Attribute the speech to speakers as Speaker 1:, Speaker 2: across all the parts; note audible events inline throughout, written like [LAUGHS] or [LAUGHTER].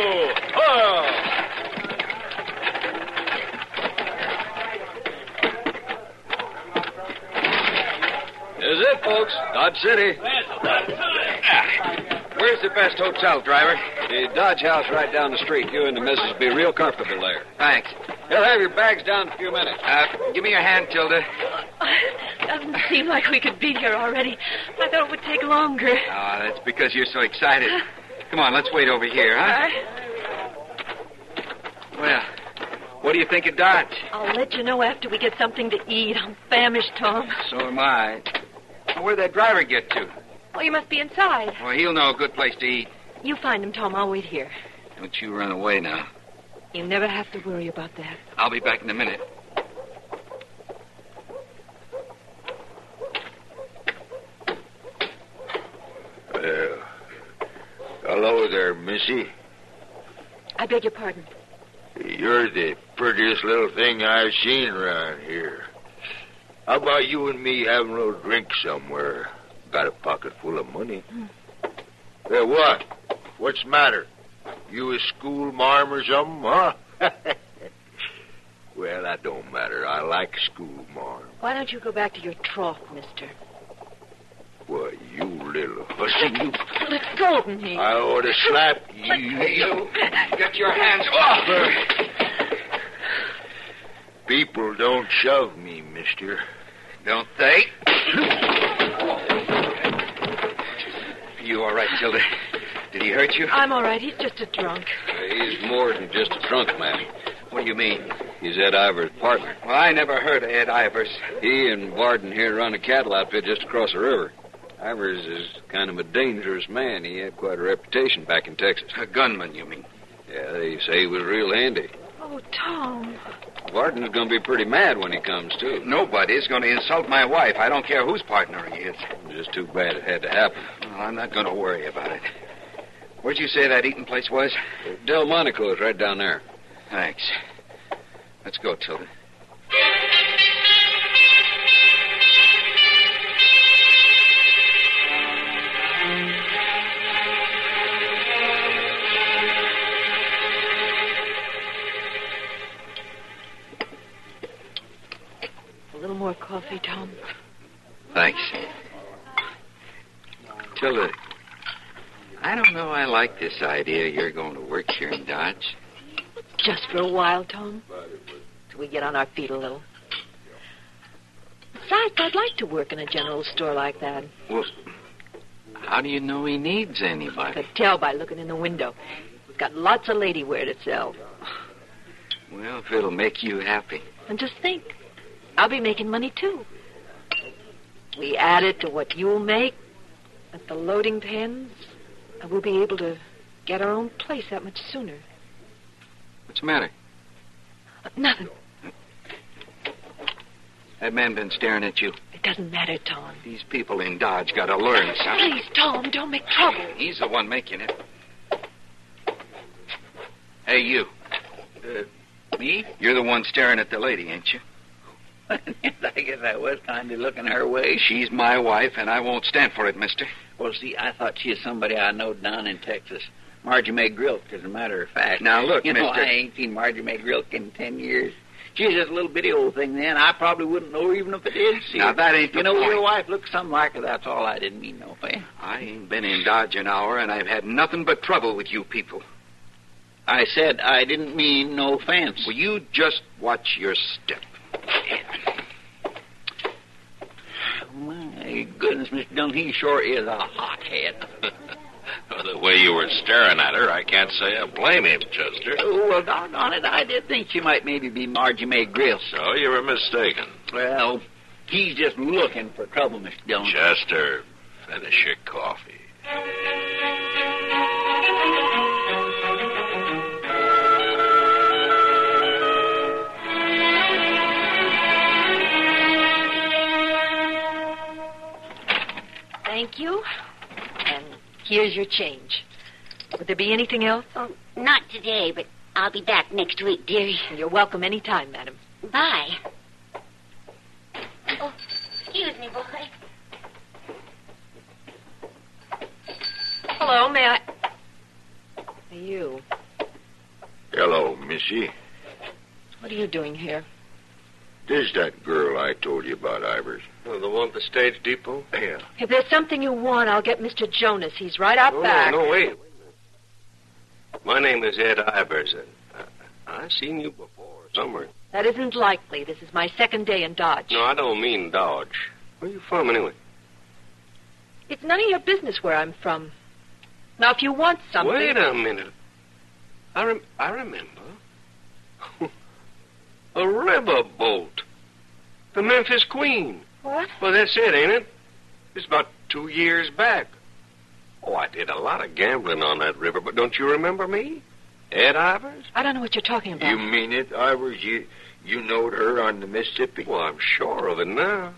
Speaker 1: Oh,
Speaker 2: Is it, folks. Dodge City. Where's the best hotel, driver? The Dodge House right down the street. You and the missus be real comfortable there. Thanks. You'll have your bags down in a few minutes. Uh, give me your hand, Tilda.
Speaker 3: Doesn't seem like we could be here already. I thought it would take longer.
Speaker 2: Oh, that's because you're so excited. [LAUGHS] Come on, let's wait over here, huh? Well, what do you think of Dodge?
Speaker 3: I'll let you know after we get something to eat. I'm famished, Tom.
Speaker 2: So am I. Where'd that driver get to?
Speaker 3: Oh, you must be inside.
Speaker 2: Well, he'll know a good place to eat.
Speaker 3: You find him, Tom. I'll wait here.
Speaker 2: Don't you run away now.
Speaker 3: You never have to worry about that.
Speaker 2: I'll be back in a minute.
Speaker 4: Well, hello there, Missy.
Speaker 3: I beg your pardon.
Speaker 4: You're the prettiest little thing I've seen around here. How about you and me having a little drink somewhere? Got a pocket full of money. Hey, what? What's the matter? You a school marm or something, huh? [LAUGHS] well, that don't matter. I like school marm.
Speaker 3: Why don't you go back to your trough, mister?
Speaker 4: Well, you little hussy, you...
Speaker 3: Let go of me.
Speaker 4: I ought to slap you.
Speaker 2: Get your hands off!
Speaker 4: People don't shove me, mister.
Speaker 2: Don't they? You all right, Tilda? [LAUGHS] Did he hurt you?
Speaker 3: I'm all right. He's just a drunk.
Speaker 2: He's more than just a drunk, man. What do you mean? He's Ed Iver's partner. Well, I never heard of Ed Ivers. He and Varden here run a cattle outfit just across the river. Ivers is kind of a dangerous man. He had quite a reputation back in Texas. A gunman, you mean? Yeah, they say he was real handy.
Speaker 3: Oh, Tom.
Speaker 2: Varden's going to be pretty mad when he comes, too. Nobody's going to insult my wife. I don't care whose partner he is. Just too bad it had to happen. Well, I'm not going to worry about it. Where'd you say that eating place was? Delmonico's, right down there. Thanks. Let's go, Tilda.
Speaker 3: A little more coffee, Tom.
Speaker 2: Thanks. Tilda, I don't know I like this idea you're going to work here in Dodge.
Speaker 3: Just for a while, Tom. Till we get on our feet a little. Besides, I'd like to work in a general store like that.
Speaker 2: Well, how do you know he needs anybody?
Speaker 3: Could tell by looking in the window. It's got lots of lady wear to sell.
Speaker 2: Well, if it'll make you happy.
Speaker 3: And just think, I'll be making money too. We add it to what you'll make at the loading pens, and we'll be able to get our own place that much sooner.
Speaker 2: What's the matter?
Speaker 3: Uh, Nothing.
Speaker 2: That man been staring at you.
Speaker 3: It doesn't matter, Tom.
Speaker 2: These people in Dodge got to learn something.
Speaker 3: Please, Tom, don't make trouble.
Speaker 2: He's the one making it.
Speaker 5: Hey, you.
Speaker 2: Me?
Speaker 5: You're the one staring at the lady,
Speaker 2: [LAUGHS]
Speaker 5: ain't you?
Speaker 2: I guess I was kind of looking her way.
Speaker 5: She's my wife, and I won't stand for it, mister.
Speaker 2: Well, see, I thought she was somebody I know down in Texas. Margie May Grilk, as a matter of fact.
Speaker 5: Now, look,
Speaker 2: you know,
Speaker 5: mister.
Speaker 2: I ain't seen Margie May Grilk in ten years. She's just a little bitty old thing then. I probably wouldn't know her even if I did see
Speaker 5: Now,
Speaker 2: her.
Speaker 5: that ain't the
Speaker 2: You know,
Speaker 5: point.
Speaker 2: your wife looks something like her. That's all I didn't mean, no way.
Speaker 5: I ain't been in Dodge an hour, and I've had nothing but trouble with you people.
Speaker 2: I said I didn't mean no offense.
Speaker 5: Will you just watch your step?
Speaker 2: Oh, My goodness, Mr. Dunn, he sure is a hothead.
Speaker 6: the way you were staring at her, I can't say I blame him, Chester.
Speaker 2: Oh, well, doggone it, I did think she might maybe be Margie May Grill.
Speaker 6: No, Oh, you were mistaken.
Speaker 2: Well, he's just looking for trouble, Mr. Dillon.
Speaker 6: Chester, finish your coffee.
Speaker 3: Thank you. And here's your change. Would there be anything else?
Speaker 7: Oh, not today, but I'll be back next week, dearie.
Speaker 3: You're welcome any time, madam.
Speaker 7: Bye. Oh, excuse me, boy.
Speaker 3: Hello, may I? You.
Speaker 8: Hello, Missy.
Speaker 3: What are you doing here?
Speaker 8: There's that girl I told you about, Ivers.
Speaker 5: Oh, The one at the stage depot?
Speaker 8: Yeah.
Speaker 3: If there's something you want, I'll get Mr. Jonas. He's right out back.
Speaker 5: Oh, no, wait. My name is Ed Ivers. I've seen you before somewhere.
Speaker 3: That isn't likely. This is my second day in Dodge.
Speaker 5: I don't mean Dodge. Where you from, anyway?
Speaker 3: It's none of your business where I'm from. Now, if you want something.
Speaker 5: Wait a minute. I rem- I remember. [LAUGHS] a riverboat. The Memphis Queen.
Speaker 3: What?
Speaker 5: Well, that's it, ain't it? It's about two years back. Oh, I did a lot of gambling on that river, but don't you remember me? Ed Ivers?
Speaker 3: I don't know what you're talking about.
Speaker 8: You mean it, Ivers? You you knowed her on the Mississippi?
Speaker 5: Well, I'm sure of it now.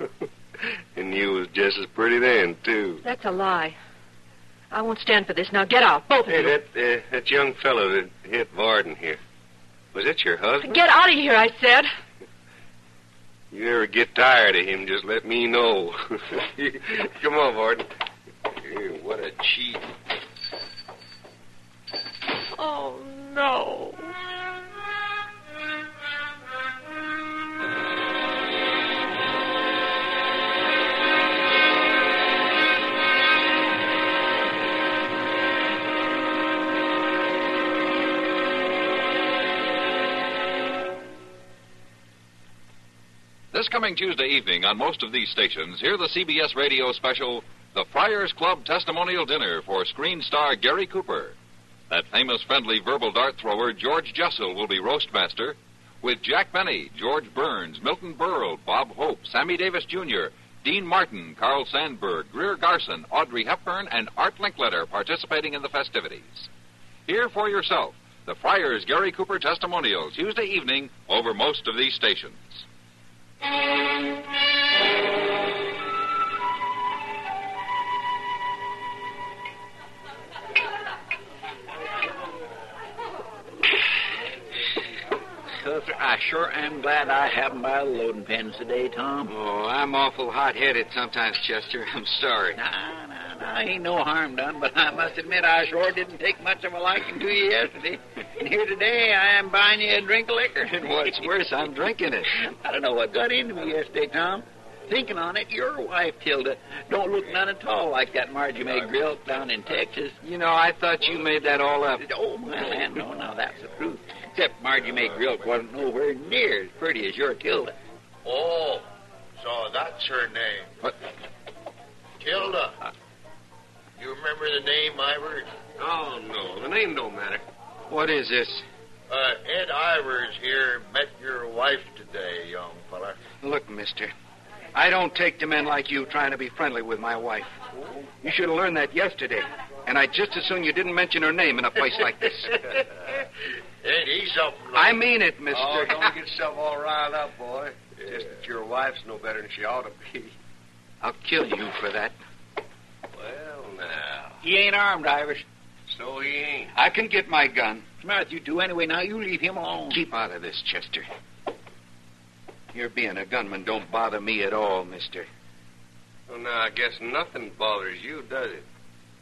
Speaker 5: [LAUGHS] and you was just as pretty then, too.
Speaker 3: That's a lie. I won't stand for this. Now get out, both of
Speaker 5: Hey,
Speaker 3: you.
Speaker 5: that, uh, that young fellow that hit Varden here. Was that your husband?
Speaker 3: Get out of here, I said.
Speaker 5: You ever get tired of him, just let
Speaker 6: [LAUGHS]
Speaker 5: me know. [LAUGHS] Come on, Varden. Eh, What a cheat.
Speaker 3: Oh, no.
Speaker 6: This coming Tuesday evening on most of these stations, hear the CBS radio special, The Friars Club Testimonial Dinner for screen star Gary Cooper. That famous friendly verbal dart thrower, George Jessel, will be roast master with Jack Benny, George Burns, Milton Berle, Bob Hope, Sammy Davis Jr., Dean Martin, Carl Sandburg, Greer Garson, Audrey Hepburn, and Art Linkletter participating in the festivities. Hear for yourself the Friars Gary Cooper testimonial Tuesday evening over most of these stations.
Speaker 2: Custer, I sure am glad I haven't bought the loading pins today, Tom.
Speaker 5: Oh, I'm awful hot headed sometimes, Chester. [LAUGHS] I'm sorry.
Speaker 2: Nah, nah, nah, ain't no harm done, but I must admit I sure didn't take much of a liking to you yesterday. And here today I am buying you a drink of liquor.
Speaker 5: And [LAUGHS] what's worse, I'm drinking it.
Speaker 2: [LAUGHS] I don't know what got into me yesterday, Tom. Thinking on it, your wife, Tilda, don't look none at all like that Margie May Grill down in Texas.
Speaker 5: You know, I thought you made that all up.
Speaker 2: Oh, my land, no, now that's the truth. Except Margie May Grill wasn't nowhere near as pretty as your Tilda.
Speaker 8: Oh, so that's her name.
Speaker 5: What?
Speaker 8: Tilda. you remember the name, Ivers?
Speaker 5: Oh, no. The name don't matter. What is this?
Speaker 8: Uh, Ed Ivers here met your wife today, young fella.
Speaker 5: Look, mister. I don't take to men like you trying to be friendly with my wife. You should have learned that yesterday. And I just as soon you didn't mention her name in a place like this.
Speaker 8: Ain't he something?
Speaker 5: I mean it, mister.
Speaker 8: Oh,
Speaker 5: [LAUGHS]
Speaker 8: don't get
Speaker 5: yourself all riled up, boy.
Speaker 8: Just
Speaker 5: that your wife's no better than she ought to be. I'll kill you for that.
Speaker 8: Well, now.
Speaker 2: He ain't armed, Ivers.
Speaker 5: So he ain't.
Speaker 2: I can get my gun.
Speaker 9: Smart, you two. Anyway, now you leave him alone.
Speaker 2: Keep out of this, Chester. Your being a gunman don't bother me at all, mister.
Speaker 5: Well, now, I guess nothing bothers you, does it?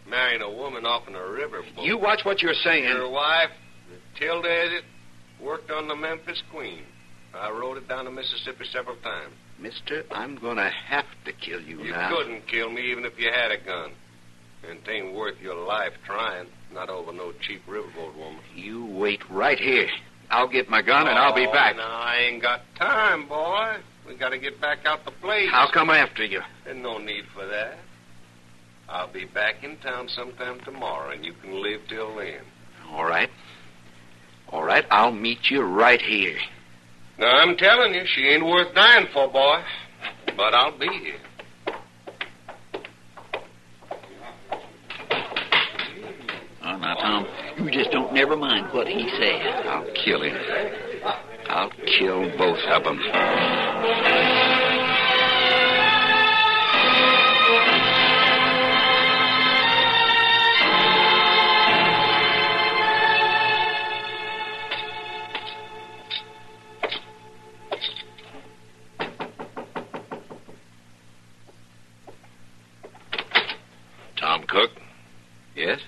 Speaker 5: Marrying a woman off in a riverboat.
Speaker 2: You watch what you're saying.
Speaker 5: Your wife, Tilda, is it? Worked on the Memphis Queen. I rode it down the Mississippi several times.
Speaker 2: Mister, I'm gonna have to kill you,
Speaker 5: You
Speaker 2: now.
Speaker 5: couldn't kill me even if you had a gun. And it ain't worth your life trying. Not over no cheap riverboat woman.
Speaker 2: You wait right here. I'll get my gun and I'll be
Speaker 5: Oh,
Speaker 2: back.
Speaker 5: Now, I ain't got time, boy. We gotta get back out the place.
Speaker 2: I'll come after you.
Speaker 5: There's no need for that. I'll be back in town sometime tomorrow, and you can live till then.
Speaker 2: All right. All right, I'll meet you right here.
Speaker 5: Now, I'm telling you, she ain't worth dying for, boy. But I'll be here.
Speaker 9: Oh, now, Tom, you just don't never mind what he says.
Speaker 2: I'll kill him. I'll kill both of them.
Speaker 5: Tom Cook,
Speaker 2: Yes?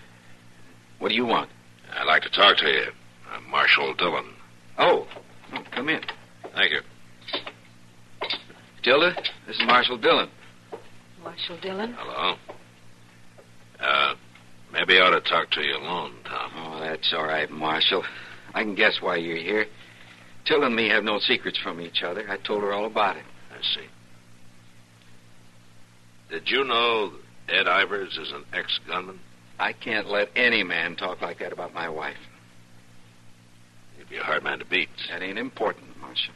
Speaker 2: What do you want?
Speaker 5: I'd like to talk to you. I'm Marshal Dillon.
Speaker 2: Oh, oh, come in.
Speaker 5: Thank you.
Speaker 2: Tilda, this is Marshal Dillon.
Speaker 3: Marshal Dillon?
Speaker 5: Hello. Uh, maybe I ought to talk to you alone, Tom.
Speaker 2: Oh, that's all right, Marshal. I can guess why you're here. Tilda and me have no secrets from each other. I told her all about it.
Speaker 5: I see. Did you know Ed Ivers is an ex-gunman?
Speaker 2: I can't let any man talk like that about my wife.
Speaker 5: He'd be a hard man to beat.
Speaker 2: That ain't important, Marshal.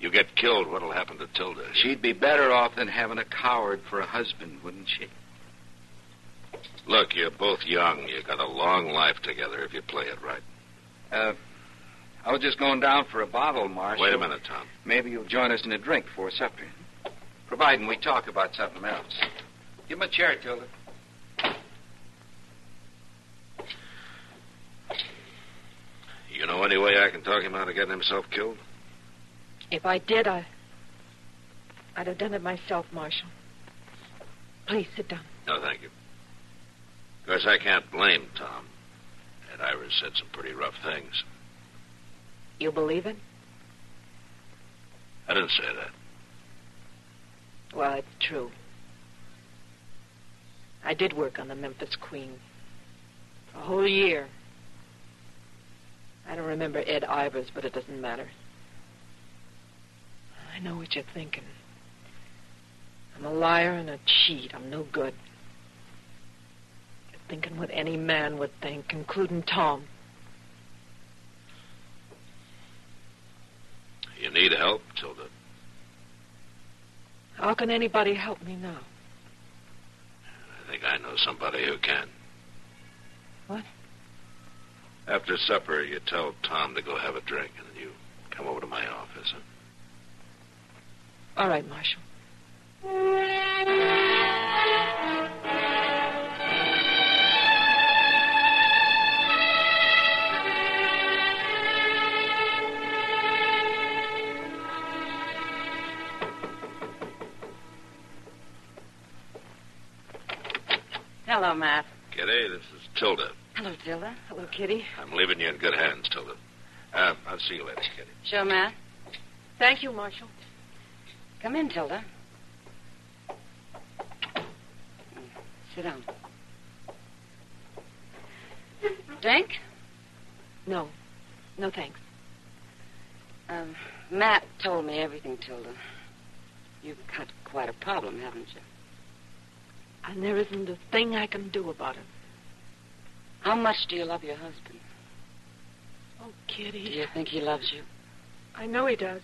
Speaker 5: You get killed, what'll happen to Tilda?
Speaker 2: She'd be better off than having a coward for a husband, wouldn't she?
Speaker 5: Look, you're both young. You got a long life together if you play it right.
Speaker 2: I was just going down for a bottle, Marshal.
Speaker 5: Wait a minute, Tom.
Speaker 2: Maybe you'll join us in a drink before supper. Providing we talk about something else. Give him a chair, Tilda.
Speaker 5: You know any way I can talk him out of getting himself killed?
Speaker 3: If I did, I, I'd have done it myself, Marshal. Please sit down.
Speaker 5: No, thank you. Of course, I can't blame Tom. Ed Ivers said some pretty rough things.
Speaker 3: You believe it?
Speaker 5: I didn't say that.
Speaker 3: Well, it's true. I did work on the Memphis Queen. A whole year. I don't remember Ed Ivers, but it doesn't matter. I know what you're thinking. I'm a liar and a cheat. I'm no good. You're thinking what any man would think, including Tom.
Speaker 5: You need help, Tilda.
Speaker 3: How can anybody help me now?
Speaker 5: I think I know somebody who can.
Speaker 3: What?
Speaker 5: After supper, you tell Tom to go have a drink, and then you come over to my office. huh?
Speaker 3: All right, Marshal.
Speaker 7: Hello, Matt.
Speaker 5: G'day, this is Tilda.
Speaker 7: Hello, Zilla.
Speaker 3: Hello, Kitty.
Speaker 5: I'm leaving you in good hands, Tilda. Uh, I'll see you later, Kitty.
Speaker 7: Sure, Matt.
Speaker 3: Thank you, Marshal.
Speaker 7: Come in, Tilda. Sit down. Drink?
Speaker 3: No. No, thanks.
Speaker 7: Um, Matt told me everything, Tilda. You've got quite a problem, haven't you?
Speaker 3: And there isn't a thing I can do about it.
Speaker 7: How much do you love your husband?
Speaker 3: Oh,
Speaker 7: Do
Speaker 3: Kitty.
Speaker 7: you think he loves you?
Speaker 3: I know he does.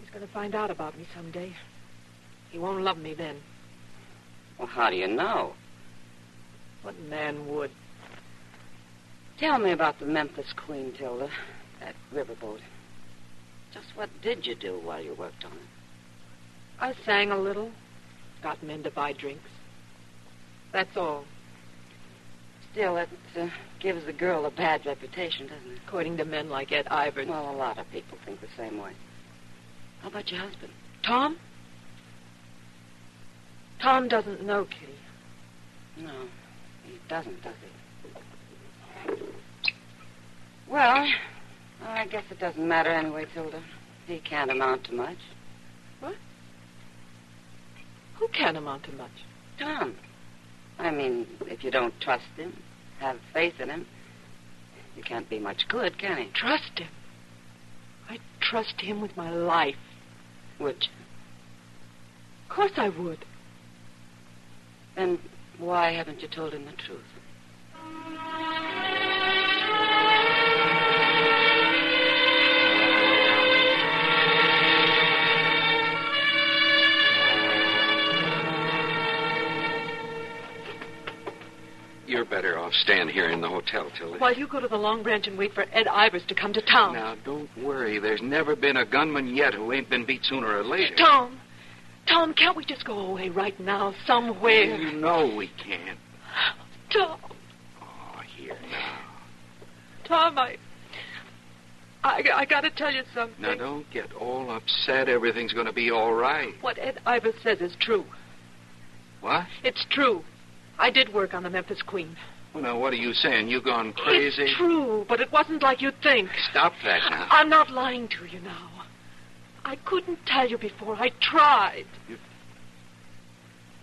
Speaker 3: He's going to find out about me someday. He won't love me then.
Speaker 7: Well, how do you know?
Speaker 3: What man would?
Speaker 7: Tell me about the Memphis Queen, Tilda. That riverboat. Just what did you do while you worked on it?
Speaker 3: I sang a little, got men to buy drinks. That's all.
Speaker 7: Still, it uh, gives the girl a bad reputation, doesn't it?
Speaker 3: according to men like Ed Ivard.
Speaker 7: Well, a lot of people think the same way. How about your husband?
Speaker 3: Tom? Tom doesn't know Kitty.
Speaker 7: No, he doesn't, does he? Well, I guess it doesn't matter anyway, Tilda. He can't amount to much.
Speaker 3: Who can amount to much?
Speaker 7: Tom. I mean, if you don't trust him, have faith in him, you can't be much good, can he?
Speaker 3: Trust him. I'd trust him with my life.
Speaker 7: Which,
Speaker 3: Of course I would.
Speaker 7: then why haven't you told him the truth?
Speaker 2: You're better off staying here in the hotel, Tilda.
Speaker 3: While you go to the Long Branch and wait for Ed Ivers to come to town.
Speaker 2: Now, don't worry. There's never been a gunman yet who ain't been beat sooner or later.
Speaker 3: Tom, Tom, can't we just go away right now, somewhere?
Speaker 2: You know we can't.
Speaker 3: Tom,
Speaker 2: Oh, here now.
Speaker 3: Tom, I, I, I gotta tell you something.
Speaker 2: Now, don't get all upset. Everything's going to be all right.
Speaker 3: What Ed Ivers says is true.
Speaker 2: What?
Speaker 3: It's true. I did work on the Memphis Queen.
Speaker 2: Well, now, what are you saying? You gone crazy?
Speaker 3: It's true, but it wasn't like you'd think.
Speaker 2: Stop that now.
Speaker 3: I'm not lying to you now. I couldn't tell you before. I tried.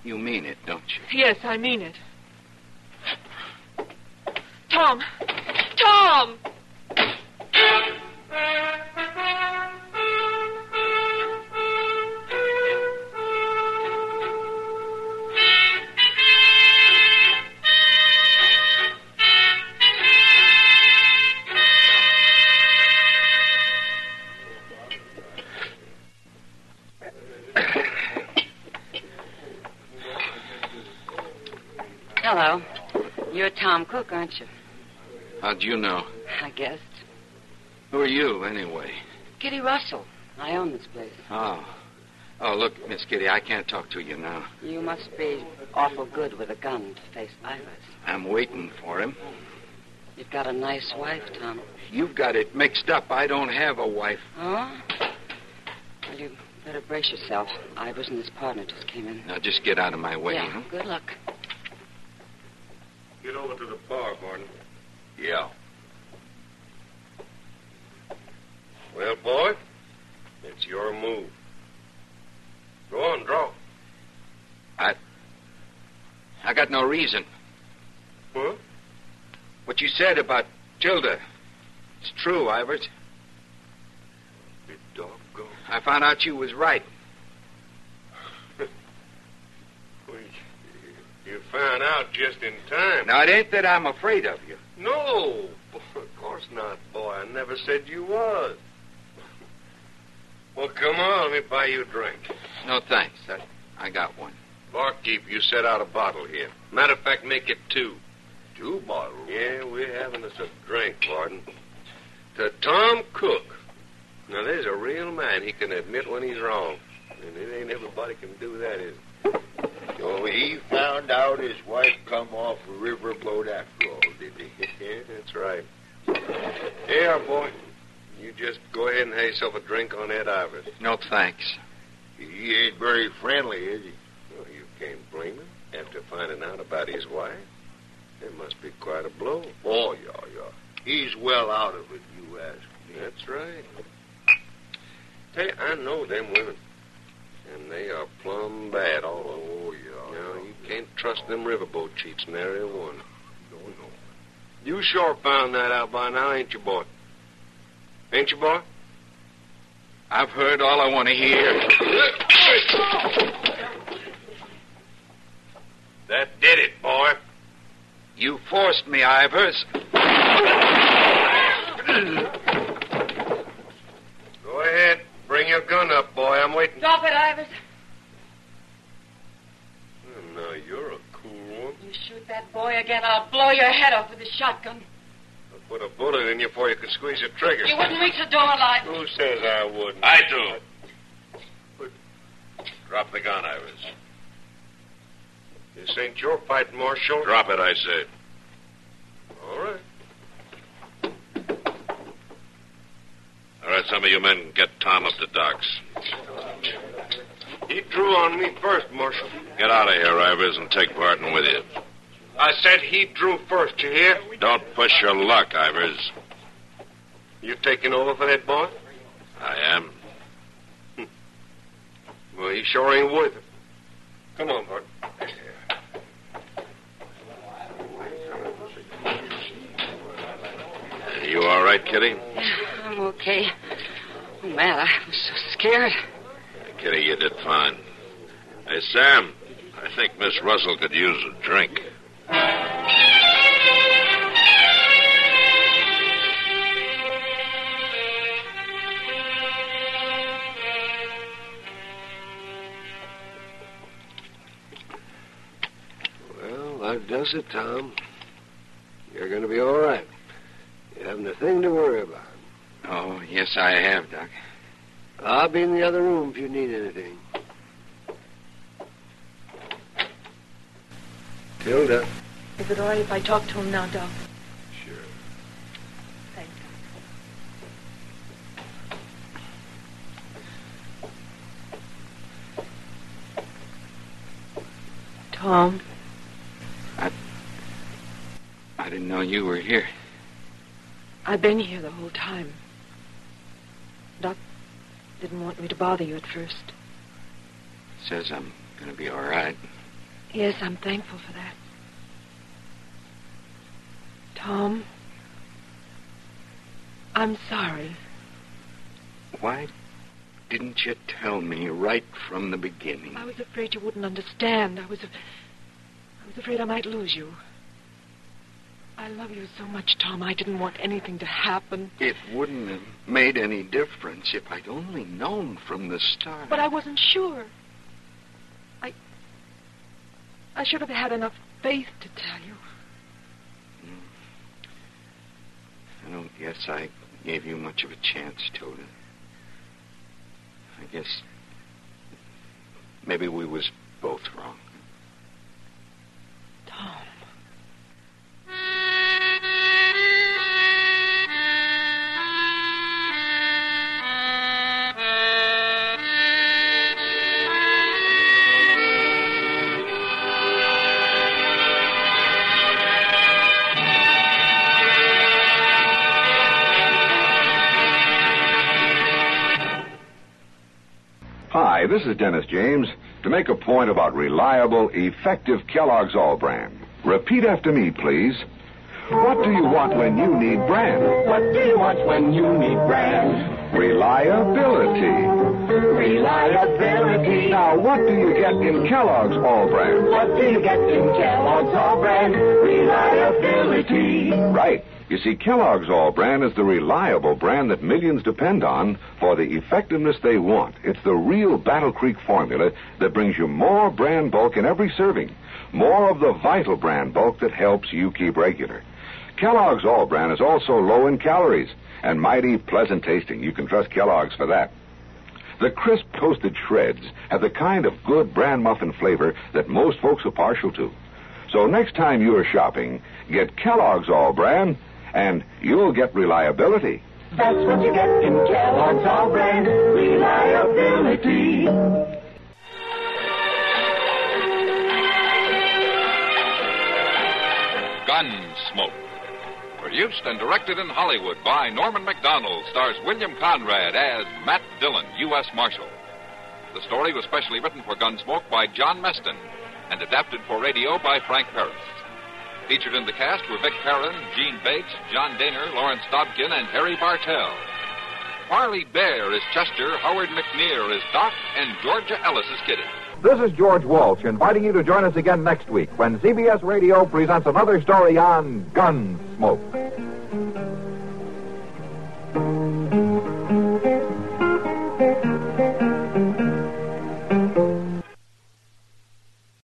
Speaker 2: You mean it, don't you?
Speaker 3: Yes, I mean it. Tom! Tom!
Speaker 7: Hello. You're Tom Cook, aren't you?
Speaker 2: How'd you know?
Speaker 7: I guessed.
Speaker 2: Who are you, anyway?
Speaker 7: Kitty Russell. I own this place.
Speaker 2: Oh. Oh, look, Miss Kitty, I can't talk to you now.
Speaker 7: You must be awful good with a gun to face Ivers.
Speaker 2: I'm waiting for him.
Speaker 7: You've got a nice wife, Tom.
Speaker 2: You've got it mixed up. I don't have a wife.
Speaker 7: Oh? Well, you better brace yourself. Ivers and his partner just came in.
Speaker 2: Now, just get out of my way.
Speaker 7: yeah, good luck.
Speaker 4: Get over to the bar, Barton. Yeah. Well, boy, it's your move. Go on, draw.
Speaker 2: I got no reason. Hmm?
Speaker 4: What?
Speaker 2: What you said about Tilda, it's true, Ivers.
Speaker 4: Be doggone.
Speaker 2: I found out you was right.
Speaker 4: Well, You found out just in time.
Speaker 2: Now, it ain't that I'm afraid of you.
Speaker 4: No, of course not, boy. I never said you was. [LAUGHS] Well, come on, let me buy you a drink.
Speaker 2: No, thanks. I, I got one.
Speaker 4: Barkeep, you set out a bottle here. Matter of fact, make it two. Two bottles? Yeah, we're having us a drink, Barton. To Tom Cook. Now, there's a real man. He can admit when he's wrong. And it ain't everybody can do that, is it? So he found out his wife come off riverboat after all, did he? [LAUGHS] yeah, that's right. Here, boy. You just go ahead and have yourself a drink on Ed Ivers.
Speaker 2: No, thanks.
Speaker 4: He ain't very friendly, is he? Well, you can't blame him. After finding out about his wife, it must be quite a blow. Oh, yeah, yeah. He's well out of it, you ask me. That's right. Hey, I know them women. And they are plumb bad, all of them. Oh, yeah. No, you can't trust them riverboat cheats in Area 1. No, no. You sure found that out by now, ain't you, boy? Ain't you, boy?
Speaker 2: I've heard all I want to hear.
Speaker 4: That did it, boy.
Speaker 2: You forced me, Ivers.
Speaker 4: Go ahead. Bring your gun up, boy. I'm waiting.
Speaker 7: Drop it, Ivers.
Speaker 4: Oh, No, you're a cool one.
Speaker 7: You shoot that boy again, I'll blow your head off with a shotgun.
Speaker 4: I'll put a bullet in you before you can squeeze the trigger.
Speaker 7: You wouldn't reach the door alive.
Speaker 4: Who says I wouldn't?
Speaker 5: I do.
Speaker 4: Drop the gun, Ivers. This ain't your fight, Marshal.
Speaker 5: Drop it, I said.
Speaker 10: Let some of you men get Tom up to docks.
Speaker 4: He drew on me first, Marshal.
Speaker 10: Get out of here, Ivers, and take Barton with you.
Speaker 4: I said he drew first, you hear?
Speaker 10: Don't push your luck, Ivers.
Speaker 4: You taking over for that boy?
Speaker 10: I am.
Speaker 4: Well, he sure ain't worth it. Come on, Bart.
Speaker 10: You all right, Kitty?
Speaker 7: I'm okay. Oh, man, I was so scared.
Speaker 10: Kitty, you did fine. Hey, Sam, I think Miss Russell could use a drink.
Speaker 4: Well, that does it, Tom. You're going to be all right. You haven't a thing to worry about.
Speaker 2: Oh, yes, I have, Doc.
Speaker 4: I'll be in the other room if you need anything. Tilda.
Speaker 3: Is it all right if I talk to him now, Doc?
Speaker 4: Sure.
Speaker 3: Thanks. Tom,
Speaker 2: I didn't know you were here.
Speaker 3: I've been here the whole time. Doc didn't want me to bother you at first.
Speaker 2: Says I'm going to be all right.
Speaker 3: Yes, I'm thankful for that. Tom, I'm sorry.
Speaker 2: Why didn't you tell me right from the beginning?
Speaker 3: I was afraid you wouldn't understand. I was, af- I was afraid I might lose you. I love you so much, Tom. I didn't want anything to happen.
Speaker 2: It wouldn't have made any difference if I'd only known from the start.
Speaker 3: But I wasn't sure. I, I should have had enough faith to tell you.
Speaker 2: I don't guess I gave you much of a chance, Tilda. I guess maybe we was both wrong.
Speaker 3: Tom.
Speaker 8: Hi, this is Dennis James to make a point about reliable, effective Kellogg's All Bran. Repeat after me, please. What do you want when you need bran? What do you want when you need bran? Reliability. Reliability. Now, what do you get in Kellogg's All Bran? What do you get in Kellogg's All Bran? Reliability. Right. You see, Kellogg's All Bran is the reliable brand that millions depend on for the effectiveness they want. It's the real Battle Creek formula that brings you more brand bulk in every serving, more of the vital brand bulk that helps you keep regular. Kellogg's All Bran is also low in calories and mighty pleasant tasting. You can trust Kellogg's for that. The crisp toasted shreds have the kind of good bran muffin flavor that most folks are partial to. So next time you are shopping, get Kellogg's All Bran, and you'll get reliability. That's what you get in Kellogg's All Bran. Reliability.
Speaker 5: Gunsmoke. Produced and directed in Hollywood by Norman McDonald, stars William Conrad as Matt Dillon, U.S. Marshal. The story was specially written for Gunsmoke by John Meston and adapted for radio by Frank Paris. Featured in the cast were Vic Perrin, Gene Bates, John Daner, Lawrence Dobkin, and Harry Bartell. Marley Bear is Chester, Howard McNear is Doc, and Georgia Ellis is Kitty.
Speaker 8: This is George Walsh inviting you to join us again next week when CBS Radio presents another story on Gunsmoke.